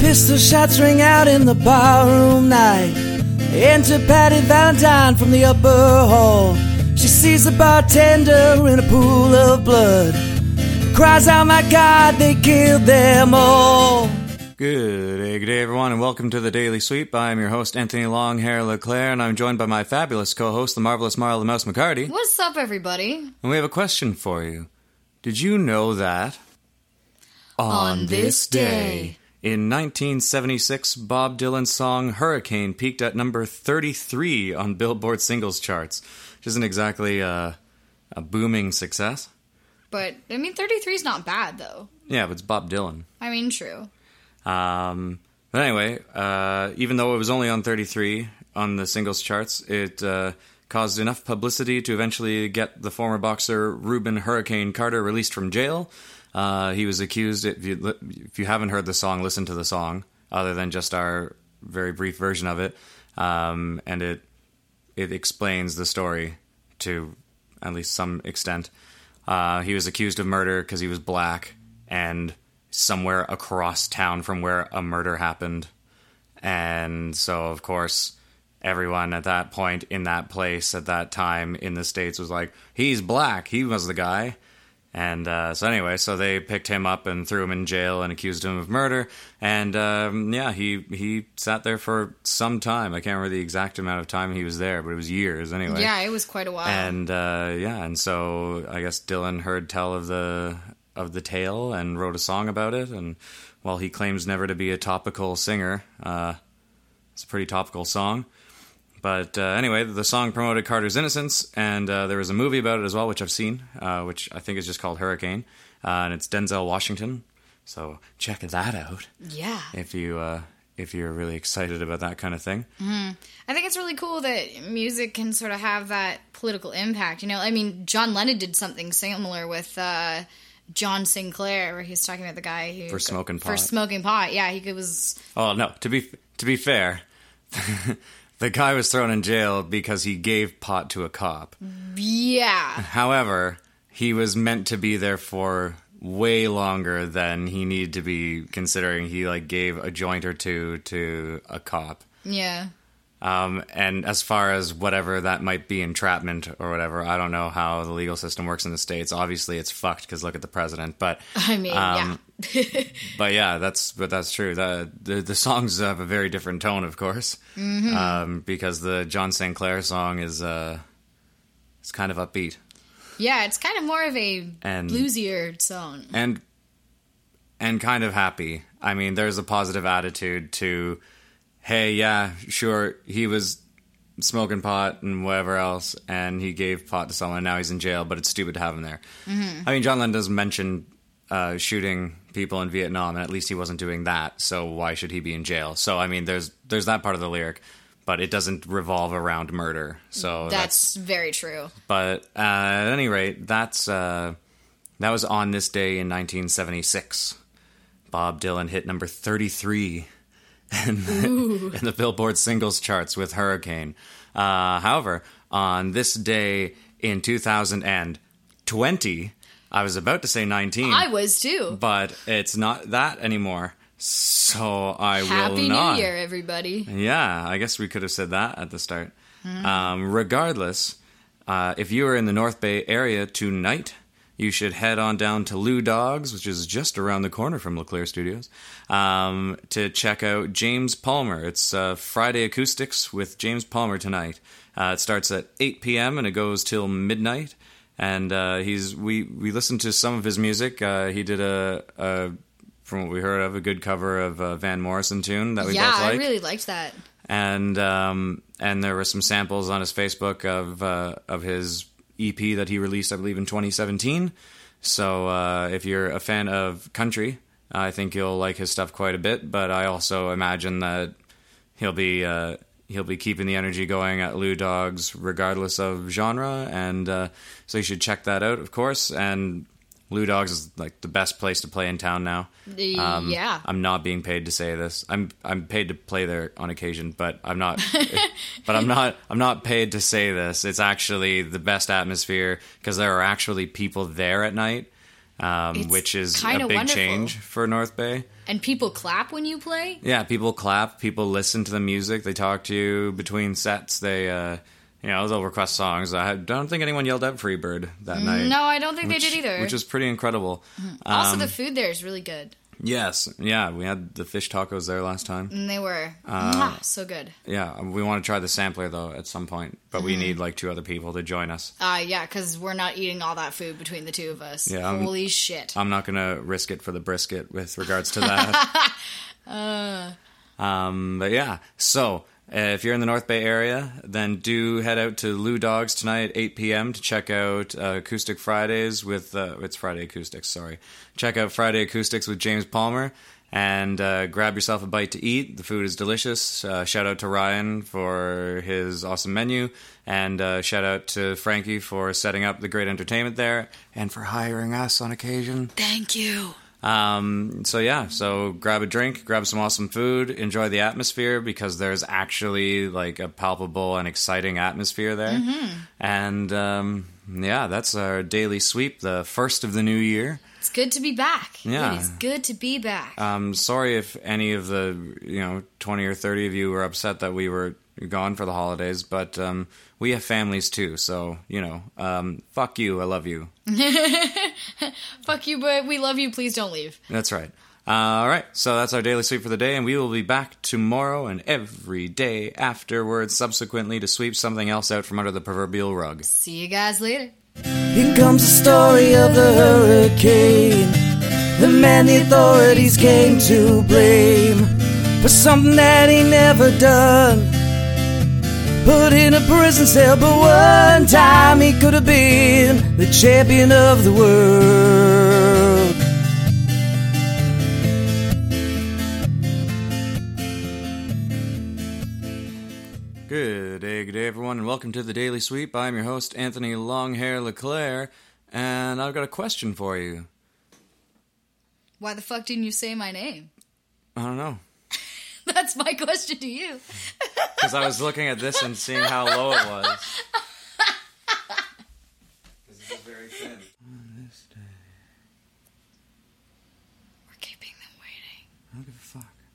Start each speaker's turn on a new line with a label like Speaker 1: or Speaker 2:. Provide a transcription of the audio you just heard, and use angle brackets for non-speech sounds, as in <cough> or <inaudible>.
Speaker 1: Pistol shots ring out in the barroom night. Enter Patty Valentine from the upper hall. She sees the bartender in a pool of blood. Cries out, my God, they killed them all.
Speaker 2: Good day, good day, everyone, and welcome to the Daily Sweep. I'm your host, Anthony Longhair LeClaire, and I'm joined by my fabulous co host, the marvelous Marla the Mouse McCarty.
Speaker 3: What's up, everybody?
Speaker 2: And we have a question for you. Did you know that?
Speaker 3: On this day.
Speaker 2: In 1976, Bob Dylan's song Hurricane peaked at number 33 on Billboard singles charts, which isn't exactly uh, a booming success.
Speaker 3: But I mean, 33 is not bad though.
Speaker 2: Yeah, but it's Bob Dylan.
Speaker 3: I mean, true.
Speaker 2: Um, but anyway, uh, even though it was only on 33 on the singles charts, it uh, caused enough publicity to eventually get the former boxer Reuben Hurricane Carter released from jail. Uh, he was accused. If you li- if you haven't heard the song, listen to the song, other than just our very brief version of it, um, and it it explains the story to at least some extent. Uh, he was accused of murder because he was black and somewhere across town from where a murder happened. And so, of course, everyone at that point in that place at that time in the States was like, he's black. He was the guy. And uh, so, anyway, so they picked him up and threw him in jail and accused him of murder. And um, yeah, he he sat there for some time. I can't remember the exact amount of time he was there, but it was years anyway.
Speaker 3: Yeah, it was quite a while.
Speaker 2: And uh, yeah, and so I guess Dylan heard tell of the of the tale and wrote a song about it. And while he claims never to be a topical singer, uh, it's a pretty topical song. But uh, anyway, the song promoted Carter's innocence, and uh, there was a movie about it as well, which I've seen, uh, which I think is just called Hurricane, uh, and it's Denzel Washington. So check that out
Speaker 3: yeah.
Speaker 2: if you uh, if you're really excited about that kind of thing.
Speaker 3: I think it's really cool that music can sort of have that political impact. You know, I mean, John Lennon did something similar with uh, John Sinclair, where he's talking about the guy who
Speaker 2: For smoking
Speaker 3: For
Speaker 2: pot.
Speaker 3: smoking pot, yeah, he was.
Speaker 2: Oh no! To be to be fair, <laughs> the guy was thrown in jail because he gave pot to a cop.
Speaker 3: Yeah,
Speaker 2: <laughs> However, he was meant to be there for way longer than he needed to be, considering he like gave a joint or two to a cop.
Speaker 3: yeah.
Speaker 2: Um, and as far as whatever that might be, entrapment or whatever, I don't know how the legal system works in the states. Obviously, it's fucked because look at the president. But
Speaker 3: I mean,
Speaker 2: Um,
Speaker 3: yeah.
Speaker 2: but yeah, that's but that's true. The, the the songs have a very different tone, of course, um, because the John Sinclair song is uh, it's kind of upbeat
Speaker 3: yeah, it's kind of more of a
Speaker 2: and
Speaker 3: bluesier song.
Speaker 2: and and kind of happy. I mean, there's a positive attitude to, hey, yeah, sure, he was smoking pot and whatever else, and he gave pot to someone. Now he's in jail, but it's stupid to have him there. I mean, John Lennon does mention uh, shooting people in Vietnam, and at least he wasn't doing that. So why should he be in jail? So I mean, there's there's that part of the lyric. But it doesn't revolve around murder, so
Speaker 3: That's very true.
Speaker 2: but uh, at any rate, that's uh, that was on this day in 1976. Bob Dylan hit number 33 in the, in the Billboard singles charts with Hurricane. Uh, however, on this day in 2020, I was about to say 19,
Speaker 3: I was too.
Speaker 2: Hmm. but it's not that anymore. So I will
Speaker 3: Happy New
Speaker 2: not.
Speaker 3: Year, everybody.
Speaker 2: Yeah, I guess we could have said that at the start. Um, regardless, uh, if you are in the North Bay area tonight, you should head on down to Lou Dogs, which is just around the corner from LeClaire Studios, um, to check out James Palmer. It's uh, Friday Acoustics with James Palmer tonight. Uh, it starts at 8 p.m. and it goes till midnight. And uh, he's we we listened to some of his music. Uh, he did a, a from what we heard of a good cover of a Van Morrison tune that we
Speaker 3: Yeah,
Speaker 2: both like
Speaker 3: I really liked that.
Speaker 2: and um, and there were some samples on his Facebook of uh, of his EP that he released, I believe, in 2017. So uh, if you're a fan of country, I think you'll like his stuff quite a bit. But I also imagine that he'll be uh, he'll be keeping the energy going at Lou Dogs, regardless of genre. And uh, so you should check that out, of course. And Lou Dogs is like the best place to play in town now. Um,
Speaker 3: yeah.
Speaker 2: I'm not being paid to say this. I'm I'm paid to play there on occasion, but I'm
Speaker 3: <laughs>
Speaker 2: not. but I'm not. I'm not paid to say this. It's actually the best atmosphere because there are actually people there at night, um,
Speaker 3: It's
Speaker 2: which is a
Speaker 3: kinda
Speaker 2: big
Speaker 3: wonderful.
Speaker 2: change for North Bay.
Speaker 3: And people clap when you play.
Speaker 2: Yeah, people clap, people listen to the music, they talk to you between sets, they, uh, you know, they'll request songs. I don't think anyone yelled out Freebird that night.
Speaker 3: No, I don't think
Speaker 2: which,
Speaker 3: they did either. Mm-hmm.
Speaker 2: Which is pretty incredible.
Speaker 3: also,
Speaker 2: Um,
Speaker 3: the food there is really good,
Speaker 2: Yes, yeah, we had the fish tacos there last time.
Speaker 3: and they were
Speaker 2: Uh,
Speaker 3: mwah, so good.
Speaker 2: Yeah, um, we want to try the sampler though at some point, but we need like two other people to join us.
Speaker 3: Uh, yeah, because we're not eating all that food between the two of us.
Speaker 2: Yeah, I'm- Uh,
Speaker 3: Holy shit.
Speaker 2: I'm not gonna risk it for the brisket with regards to that. Um, but yeah, so uh, if you're in the North Bay area, then do head out to Lou Dogs tonight at 8 p.m. to check out uh, Acoustic Fridays with uh, it's Friday Acoustics. Sorry, check out Friday Acoustics with James Palmer and uh, grab yourself a bite to eat. The food is delicious. Uh, shout out to Ryan for his awesome menu, and uh, shout out to Frankie for setting up the great entertainment there and for hiring us on occasion.
Speaker 3: Thank you.
Speaker 2: Um, so yeah, so grab a drink, grab some awesome food, enjoy the atmosphere because there's actually like a palpable and exciting atmosphere there. And um, yeah, that's our daily sweep, the first of the new year.
Speaker 3: It's good to be back.
Speaker 2: Yeah. Uh,
Speaker 3: It is good to be back.
Speaker 2: I'm sorry if any of the you know 20 or 30 of you were upset that we were gone for the holidays, but um, we have families too, so you know, um, fuck you, I love you.
Speaker 3: Fuck you, but we love you. Please don't leave.
Speaker 2: That's right. Uh, all right, so that's our daily sweep for the day, and we will be back tomorrow and every day afterwards, subsequently, to sweep something else out from under the proverbial rug.
Speaker 3: See you guys later.
Speaker 1: Here comes the story of the hurricane. The man the authorities came to blame for something that he never done. Put in a prison cell, but one time he could have been the champion of the world.
Speaker 2: Good day, good day, everyone, and welcome to the Daily Sweep. I'm your host, Anthony Longhair LeClaire, and I've got a question for you.
Speaker 3: Why the fuck didn't you say my name? <laughs>
Speaker 2: I don't know,
Speaker 3: That's my question to you.
Speaker 2: because I was looking at this and seeing how low it was. 'Cause this is very thin.
Speaker 3: We're keeping them waiting.
Speaker 2: I don't give a fuck.